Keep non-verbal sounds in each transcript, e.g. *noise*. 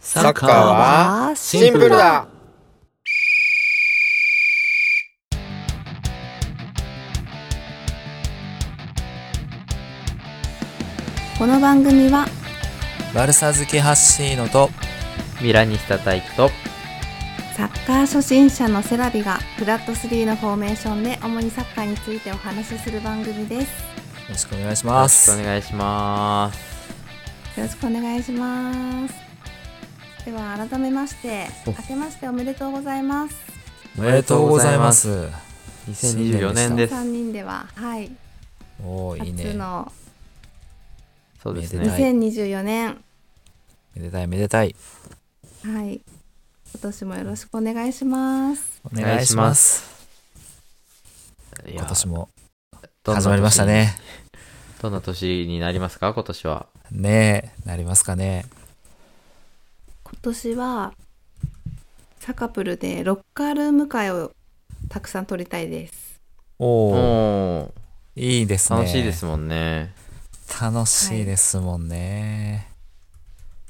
サッカーはシンプルだこの番組はバルサ好きハッシーノとミラニスタ大輝とサッカー初心者のセラビがフラット3のフォーメーションで主にサッカーについてお話しする番組ですよろしくお願いしよまろしすくお願いしますよろしくお願いしますでは改めましてお明けましておめでとうございますおめでとうございます2024年です3人でははいおおいいね初のそうですめでたねい2024年めでたいめでたいはい今年もよろしくお願いしますお願いしますいや今年もどんな年始まりましたねどんな年になりますか今年はねえなりますかね今年はサカプルでロッカールーム会をたくさん撮りたいですおおおおいいですね楽しいですもんね楽しいですもんね、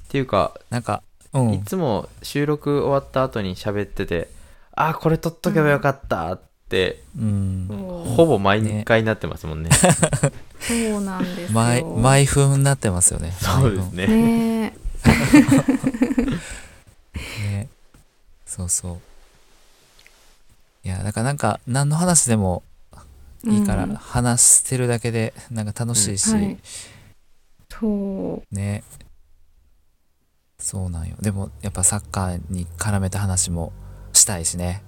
っていうかなんかういんつも収録終わった後に喋ってて、あー、これ撮っとけばよかったって、うんほぼ毎回なってますもん *laughs* ね。そうなんですよ毎毎分になってますよねそうです毎ね。ねえ分ねそうそういやだからなんか何の話でもいいからうん話してるだけでなんか楽しいし、はい、そうねそうなんよでもやっぱサッカーに絡めた話もしたいしね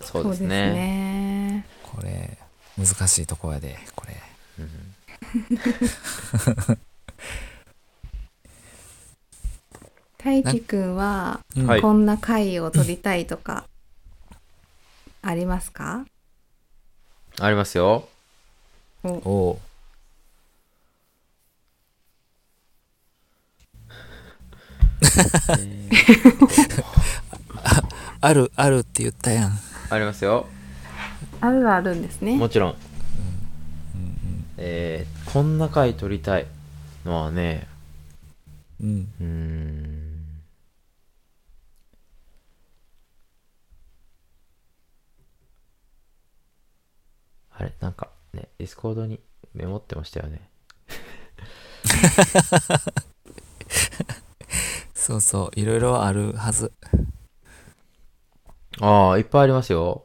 そうですね。これ難しいとこやでこれうん大輝くんはうんはいこんな回を撮りたいとかありますか、ありますよ。おう *laughs* あるあるって言ったやんありますよ。あるはあるんですねもちろん。えー、こんな回撮りたいのはね、うんうーん。あれなんかね、ディスコードにメモってましたよね。そうそういろいろあるはずああ、いっぱいありますよ。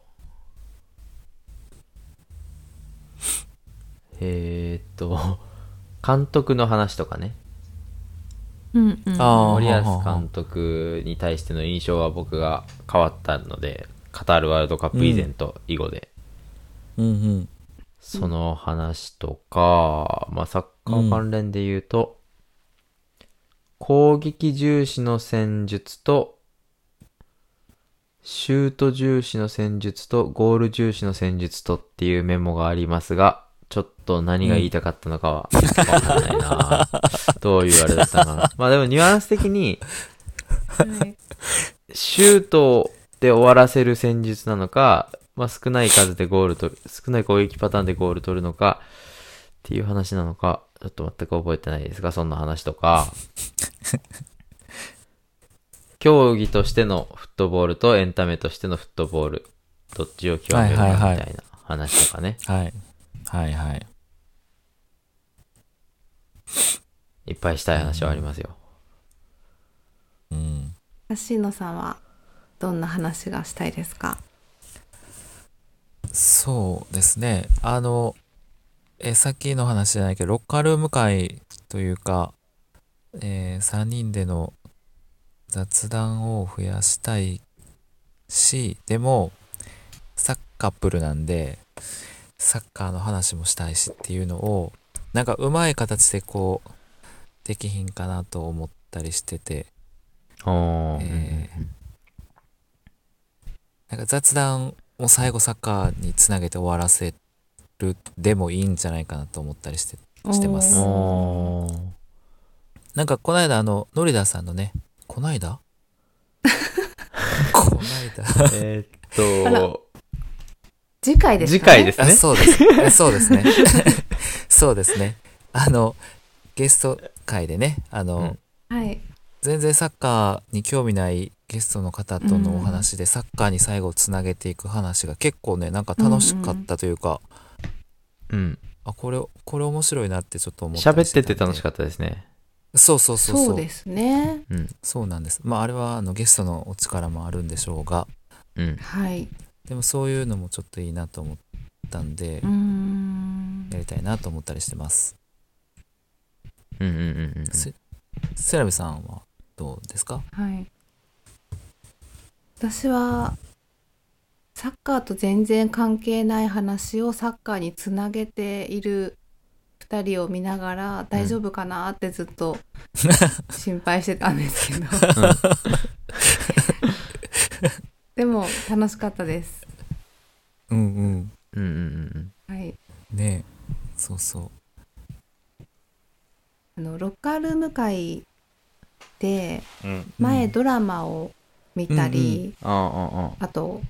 えー、っと、 *laughs* 監督の話とかね。うんうんあ森保は監督に対しての印象は僕が変わったので、カタールワールドカップ以前と以後で、うんうんその話とか、まあ、サッカー関連で言うと、攻撃重視の戦術と、シュート重視の戦術と、ゴール重視の戦術とっていうメモがありますが、ちょっと何が言いたかったのかは、わかんな *laughs* いなどういうあれだったのかな。まあでもニュアンス的に、はいシュートで終わらせる戦術なのか、まあ、少ない数でゴールと少ない攻撃パターンでゴール取るのか、っていう話なのか、ちょっと全く覚えてないですが、そんな話 *laughs* とか、競技としてのフットボールとエンタメとしてのフットボール、どっちを極めるかはいみはいはたいいな話とかね、はいはいはいいっぱいしたい話はありますよ。うん橋野さんはどんな話がしたいですかそうですねあのえさっきの話じゃないけどロッカールーム会というか、え3人での雑談を増やしたいしでもサッカープルなんでサッカーの話もしたいしっていうのをなんかうまい形でこうできひんかなと思ったりしてておーえなんか雑談を最後サッカーにつなげて終わらせるでもいいんじゃないかなと思ったりしてしてますおーお *laughs* ーなんかこの間あのノリダさんのねこない *laughs* だこないだえあーっと、次回です次か、ね、回ですあね。そうです *laughs* あそうですねそうですねあのゲスト会でねあの、うんはい全然サッカーに興味ないゲストの方とのお話で、サッカーに最後つなげていく話が結構ねなんか楽しかったというか、うん。あこれこれ面白いなってちょっと思ったり喋っしてたてんで楽しかったですね。そうそうそうそうそうですね。うん。そうなんですまああれはあのゲストのお力もあるんでしょうがうん。はい。でもそういうのもちょっといいなと思ったんで、うーんや。りたいなと思ったりしてますうんうんうんうん。すセラビさんはどうですかはい。私はサッカーと全然関係ない話をサッカーにつなげている2人を見ながら大丈夫かなってずっと心配してたんですけど、でも楽しかったです。うんうんうんうんうんはい、ねえそうそうあのロッカールーム会でうん。前ドラマを見たり、うんああ、ああと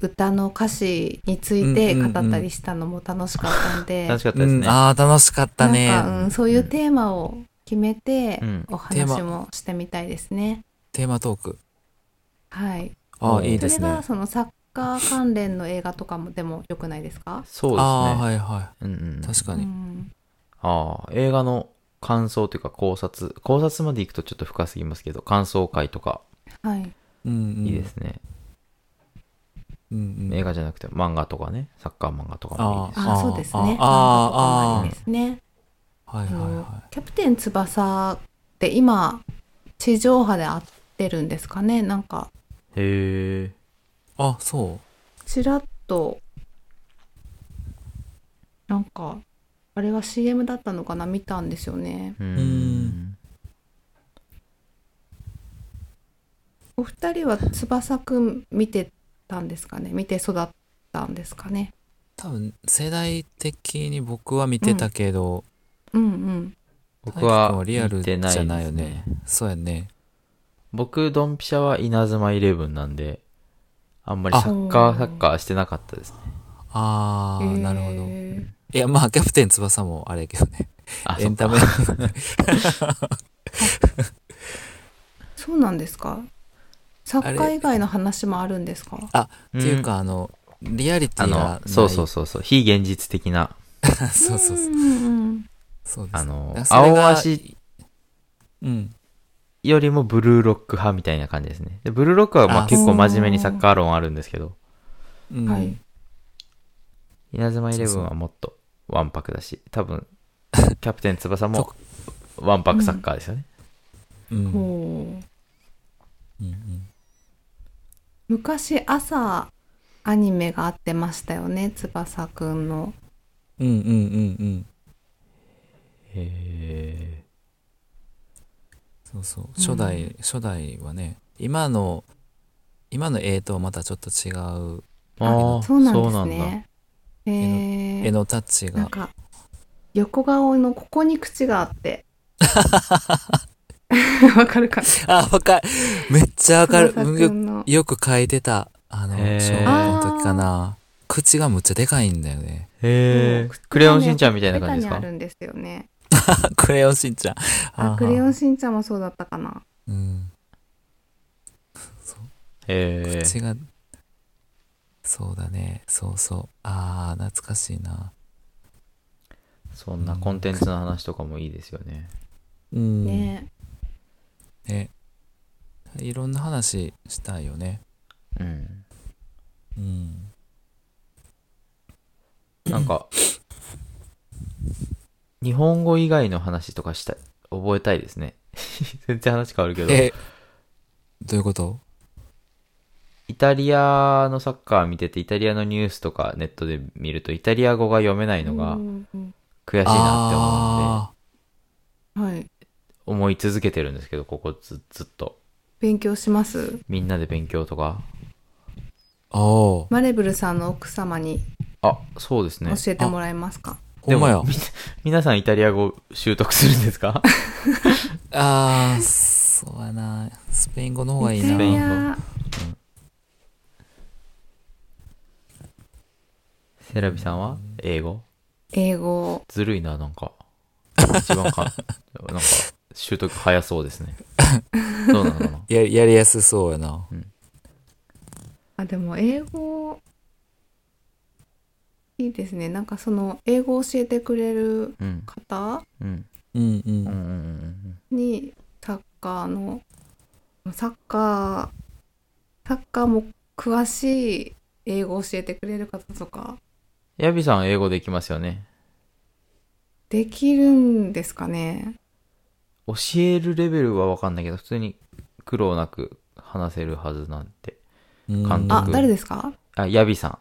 歌の歌詞について語ったりしたのも楽しかった *laughs* んあ。で、楽しかったですうん、ね。ああ楽しかったねなんか、うん、そういうテーマを決めてうんお話もしてみたいですね。テーマトークはい。あうんあいいでそれすねがそのサッカー関連の映画とかもでも良くないですか？そうですね。ああはいはうんうんうんい。確かうにんああ、映画の感想というか考察、考察まで行くとちょっと深すぎますけど、感想会とかはい。うんうんいいですね。うんうん映画じゃなくて漫画とかね、サッカー漫画とかもいいです。ああーそうですね。あーなんかここまでですね。はいはいはキャプテン翼って今地上波で会ってるんですかね？なんかへえ。いあそうちらっとなんかあれは CM だったのかな見たんですよねうーんん。お二人は翼くん見てたんですかね見て育ったんですかね多分世代的に僕は見てたけど、うんうん僕大輝はくんリアルじ見てゃないですねないよねそうやね僕、ドンピシャは稲妻イレブンなんで、あんまりサッカあー、サッカーしてなかったですね。ああ、えーなるほどいやまあキャプテン翼もあれやけどねあ、エそンっタかメそうなんですかサッカあーれ以外の話もあるんですかあっていうかあのリアリテあィがのない、そうそうそうそう、非現実的な、 *laughs* そうそうそう。んうんうんそうです。あのだ、からそれ青が足うん。よりもブルーロック派みたいな感じですね。でブルーロックはまああ結構真面目にサッカー論あるんですけど、うん。はい稲妻イレブンはもっとワンパクだし、*laughs* 多分、キャプテン翼もワンパクサッカーですよね。うん。うんほううん昔朝アニメがあってましたよね翼くんのうんうんうんうん。へそうそう。初代、初代はね、今の、今の絵とはまたちょっと違うーああ、そうなんですそうなんだねへえ絵のタッチなんが。か横顔のここに口があって *laughs* わかるか *laughs* あ、わかる。めっちゃわかる。翼うんくよんのよく描いてた。あの、へー小学校の時かな。口がむっちゃでかいんだよ *laughs* ね。へえもう。クレヨンしんちゃんみたいな感じですベかタにあるんですよねあクレヨンしんちゃん。あクレヨン。ンしんちゃんもそうだったかなうん。へえ。口が、そうだね。そうそう。ああ、懐かしいな。そんなコンテンツの話とかもいいですよね。うんねねいろんな話したいよね。うん。うん。なんか、日本語以外の話とかしたい、覚えたいですね。 *laughs* 全然話変わるけど。え、どういうことイタリアのサッカー見てて、イタリアのニュースとかネットで見ると、イタリア語が読めないのがうんうん悔しいなって思うんあで、はい思い続けてるんですけど、ここずずっと。勉強しますみんなで勉強とか。あ。おマレブルさんの奥様にあ、そうですね。教えてもらえますか、ほんまやでも。み *laughs* 皆さんイタリア語習得するんです *laughs* かああ、そうやな。スペイン語の方がいいイタリな。アセラビさんは英語英語 *laughs* ずるいな、なんか。一番か、なんか、習得早そうですね。どうなのかなややりやすそうやなあでも英語いいですねなんかその英語を教えてくれる *laughs* うん。方うん。うんうん、うんうんうんにサッカーのサッカーサッカーも詳しい英語を教えてくれる方とかうん。ヤビさん、英語できますよね。できるんですかね教えるレベルはわかんないけど、普通に苦労なく話せるはずなんて。うん監督あ誰ですかあ、ヤビさん。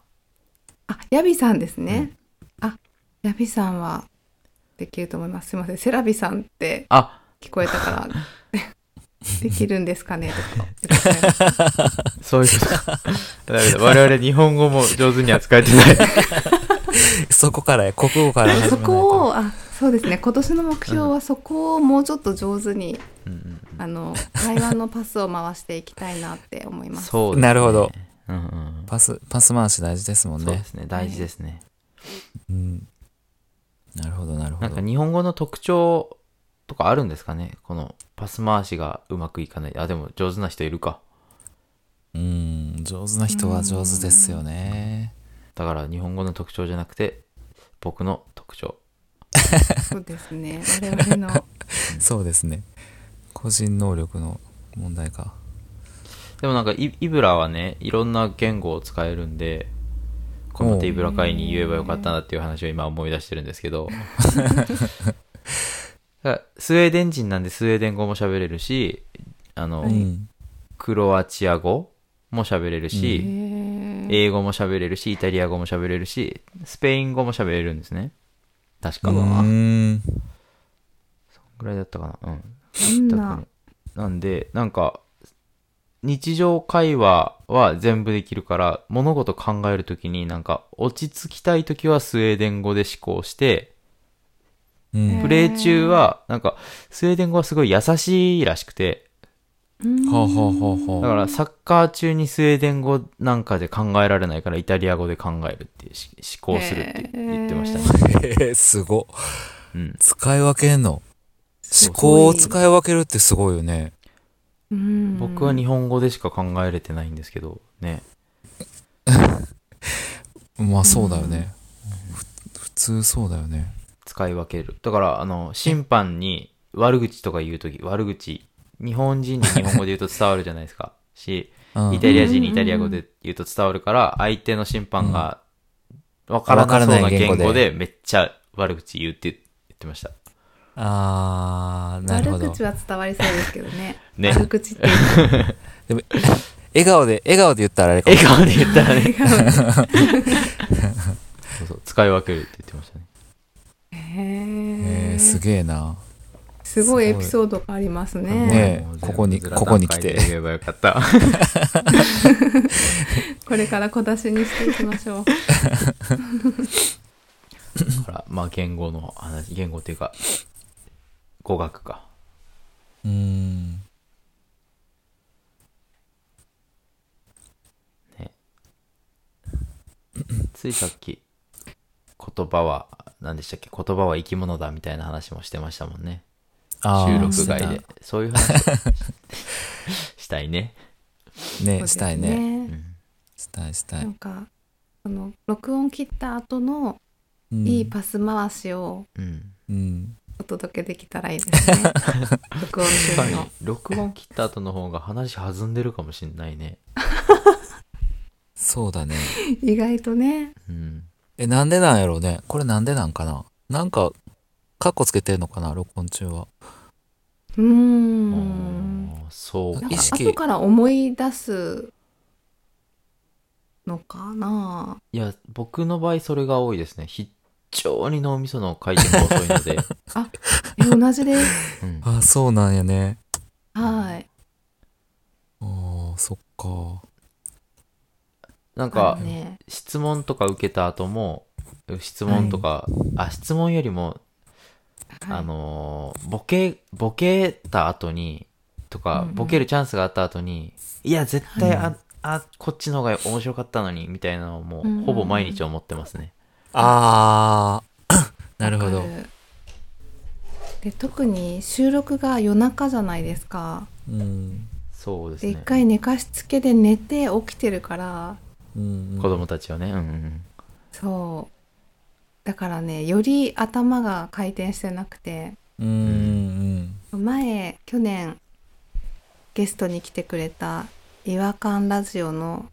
あヤビさんですね、あヤビさんはできると思いますすいませんセラビさんってあ、聞こえた *laughs* からできるんですかねとか言ってくれますそういう *laughs* こと。だめだ。我々日本語も上手に扱えて *laughs* ない。そこからや国語から *laughs* 始めないそとこをあそうですね今年の目標はそこをもうちょっと上手に、うんうんあの会話のパスを回していきたいなって思います。そうですねなるほど。うんうんパスパス回し大事ですもうんん。そうでねすね。大事ですね。うんなるほどなるほなんどか日本語の特徴とかあるんですかねこのパス回しがうまくいかない。あ、でも上手な人いるか。うん上手な人は上手ですよねだから日本語の特徴じゃなくて、僕の特徴。そうですね我々のそうですね個人能力の問題かでもなんかイ、イブラはね、いろんな言語を使えるんで、この手イブラ会に言えばよかったなっていう話を今思い出してるんです *laughs* けど、だからスウェーデン人なんでスウェーデン語も喋れるし、あの、うんクロアチア語も喋れるし、えー英語も喋れるし、イタリア語も喋れるし、スペイン語も喋れるんですね。確か。うぐんらいだったかな。うん。そん特なになんで、なんか、日常会話は全部できるから、物事考えるときになんか、落ち着きたいときはスウェーデン語で思考して、うんプレイ中は、なんか、スウェーデン語はすごい優しいらしくて、うんほうほうほうほだかうらサッカー中にスウェーデン語なんかで考えられないから、イタリア語で考えるっていうし、思考するって言ってましたね。 *laughs* えーすごっうん。使い分けんのす思ご考をい使い分けるってすごいよねうん僕は日本語でしか考えれてないんですけどねまあそうだよねふ普通そうだよね使い分けるだからあの審判に悪口とか言う時悪口日本人に日本語で言うと伝わるじゃないですかしうんイタリア人にイタリア語で言うと伝わるから相手の審判がわからなそうわからなない言語言で語でめっちゃ悪口言うって言ってましたあーなるほ悪ど口は伝わりそうですけどねね悪口って笑顔で笑顔で言ったらあれかも笑顔で言ったらね言う違うそうそう使い分けるって言ってましたねへえーー、すげえなすごいエピソードがありますねねえもうここに全部ここに来て座談会で言えばよかったこれから小出しにしていきましょうからまあ言語の話言語っていうか語学かうーん *coughs* ついさっき、言葉は、何でしたっけ言葉は生き物だみたいな話もしてましたもんね。あ収ー録外で。そういう話をしたいね。してたねしたいそうねです *laughs* うんしたいしたないんかその録音切った後のうんいいパス回しをうん。うんお届けできたらいいですね。録音確か中にの。、録音切った後の方が話弾んでるかもしんないね。そうだね意外とね。うん。えなんでなんやろうねこれなんでなんかななんかカッコつけてるのかな録音中はうーん。あーそうかなん意か識後から思い出すのかないや、僕の場合それが多いですね。非常に脳みその回転が遅いの *laughs* で。え同 *laughs* じです。うんあそうなんやねはい。あーそっかなんあかの、ね、質問とか受けた後も、質問とか、あ、質問よりも、はいあのーボケ、ボケた後に、とかうんう、んボケるチャンスがあった後に、いや、絶対、あ、あ、こっちの方が面白かったのに、みたいなのをもうんうんうう、んほぼ毎 *coughs* 日思ってますね。あーなるほどわかるで特に収録が夜中じゃないですかうんそうですでね。一回寝かしつけで寝て起きてるからうんうん子供たちをね。うんうんうん。そうだからねより頭が回転してなくてうんうん前去年ゲストに来てくれた「違和感ラジオ」の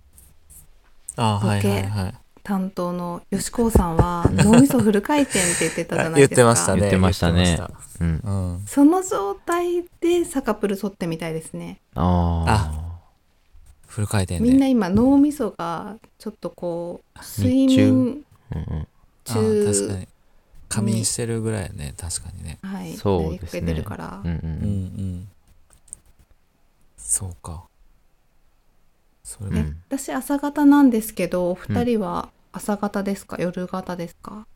あはいはい OK はい担当の吉高さんは脳みそフル回転って言ってたじゃない言ですっかてましたね言ってましたね言ってましうん。たうんその状態でサカプル撮ってみたいですねあフル回転でみんな今脳みそがちょっとこう睡眠あ。うんあ中ー確かに仮眠してるぐらいやね確かにねはいそうですねなりかけてるから、うん。うんううんうんんそうかそれうん。うもん。私朝方なんですけどお二人は朝方ですか、夜型ですか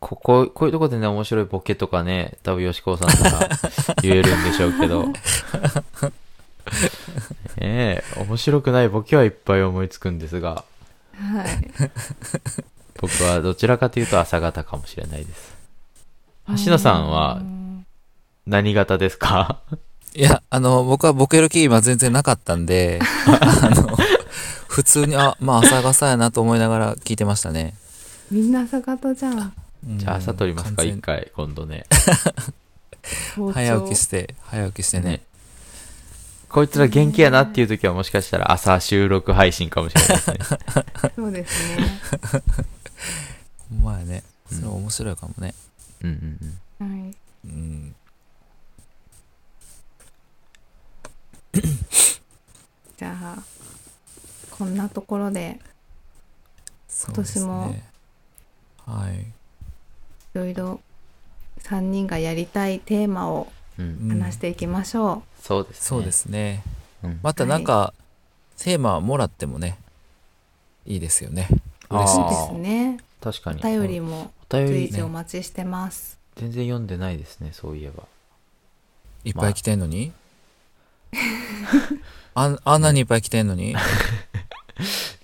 ここ、こういうとこでね、面白いボケとかね、多分吉高さんなら言えるんでしょう *laughs* けど。ねええ、面白くないボケはいっぱい思いつくんですが、はい僕はどちらかというと朝方かもしれないです。 *laughs* 橋野さんはうん何型ですかいや、あの、僕はボケる気今全然なかったんで、あの、普通に、あ、まあ朝傘やなと思いながら聞いてましたね。みんな朝方じゃんうんじゃあ朝撮りますか、完全一回、今度ね。早早起きして、早起きしてね。こいつら元気やなっていう時はもしかしたら朝収録配信かもしれないですね。 *laughs* そうですねほんまやね。それ面白いかもね。うんうんうん。はいうん。じゃあこんなところでそうです今年ね。はい。いろいろ3人がやりたいテーマをうん、話していきましょそうです、ね。そうで。すね。うん、またなんか、テーマもらってもね、いいですよね。う、嬉しいあでそうですね確かに。お便りもお便随り時お待ちしてます、全然読んでないですね、そういえば。いっぱい来てんのに、あん、あんなにいっぱい来てんのに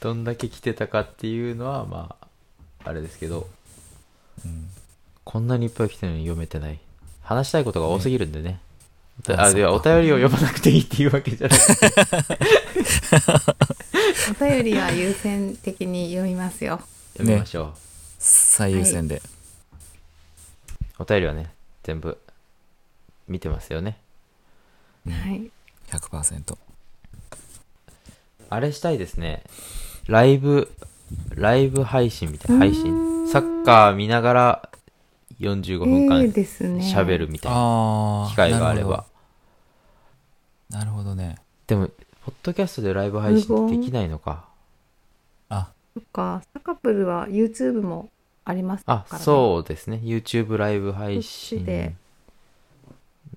どんだけ来てたかっていうのは、まあ、あれですけど、うん。こんなにいっぱい来てるのに読めてない。話したいことが多すぎるんでね。ねああ、ではそおっか便りを読まなくていいっていうわけじゃなくて。お便りは優先的に読みますよ読みましょう。最優先で。お便りはね、全部、見てますよね。はい100%。あれしたいですね。ライブ、ライブ配信みたいな配信。サッカー見ながら45分ええ間ですね喋るみたいなああ。機会があれば。なるほどね。でも、ポッドキャストでライブ配信ってできないのか。あ、そっかサカプルは YouTube もありますから、あ、そうですね。YouTube ライブ配そ信っちで。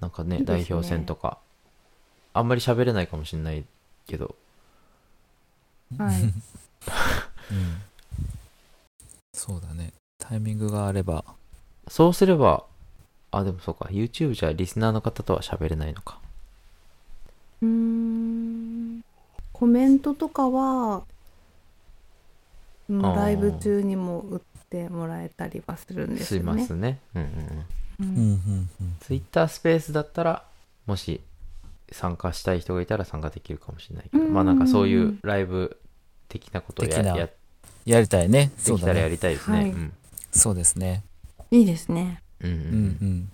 なんかね、いいです代ね表戦とか。あんまり喋れないかもしれないけど。*laughs* うはい、うん。そうだね。タイミングがあれば。そうすれば、あ、でもそうか。YouTube じゃリスナーの方とは喋れないのか。うーんコメントとかはうんあーライブ中にも打ってもらえたりはするんですすいよまねせんね。うんうんうん。うんん、うん。 Twitter スペースだったら、もし参加したい人がいたら参加できるかもしれないけど、うんまあなんかそういうライブ的なことをや的なやっやりたいね。てそうきだたらやね。りたいですね。はいうんそうですね。いいですねうんううんうんんうん。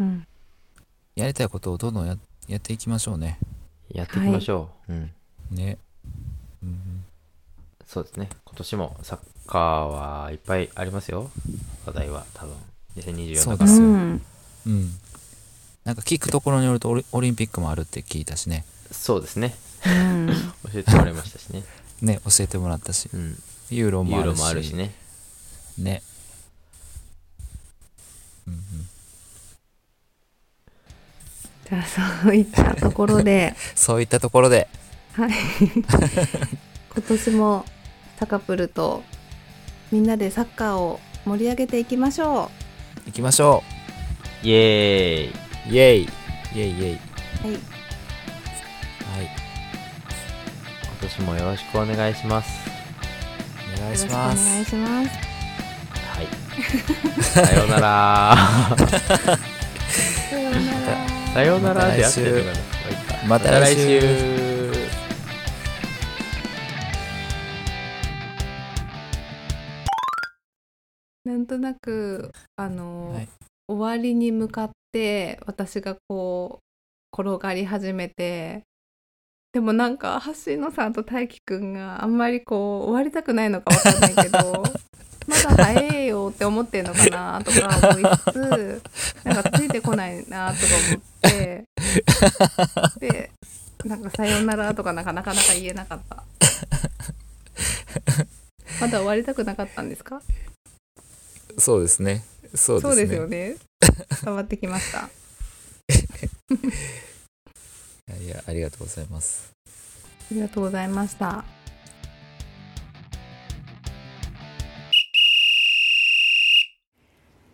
うんやりたいことをどんどんややっていきましょうね。やっていきましょう。うんね。うんそうですね。今年もサッカーはいっぱいありますよ。話題は多分。2024そうだでかうら。すよんうん。うん。なんか聞くところによるとオリオリンピックもあるって聞いたしね。そうですね。うん教えてもらいましたし *laughs* ね。ね、教えてもらったし。うん。ユーロユもあーるロし。もあるしね。ね。うんうん。じゃあそういったところでそういったところで、はい今年もサカプルとみんなでサッカーを盛り上げていきましょ行きましょイエーイ。うイェイイェイイェイうはいはい。今年もよろしくお願いします。お願よいろししくおま願いす。しますは *laughs* い。さよならさようならさよならで合ってるのかなまた来週また来週なんとなくあの、はい終わりに向かって私がこう転がり始めてでもなんか橋野さんと大輝くんがあんまりこう終わりたくないのかわかんないけ *laughs* どまだ早えよって思ってんのかなとか思いつつなんかついてこないなとか思ってでなんか「さようなら」とかなかなかなか言えなかった。まだ終わりたくなかったんですか *laughs* そうですねそうそうでですすよ *laughs* ねね。伝わってきました。いやいやありがとうございますありがとうございました。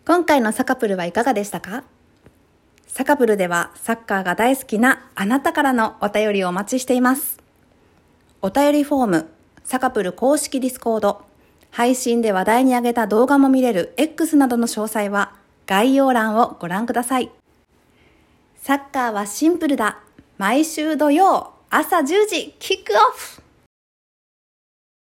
今回のサカプルはいかがでしたかサカプルではサッカーが大好きなあなたからのお便りをお待ちしています。お便りフォーム、サカプル公式ディスコード、配信で話題に上げた動画も見れる X などの詳細は概要欄をご覧ください。サッカーはシンプルだ。毎週土曜朝10時キックオフ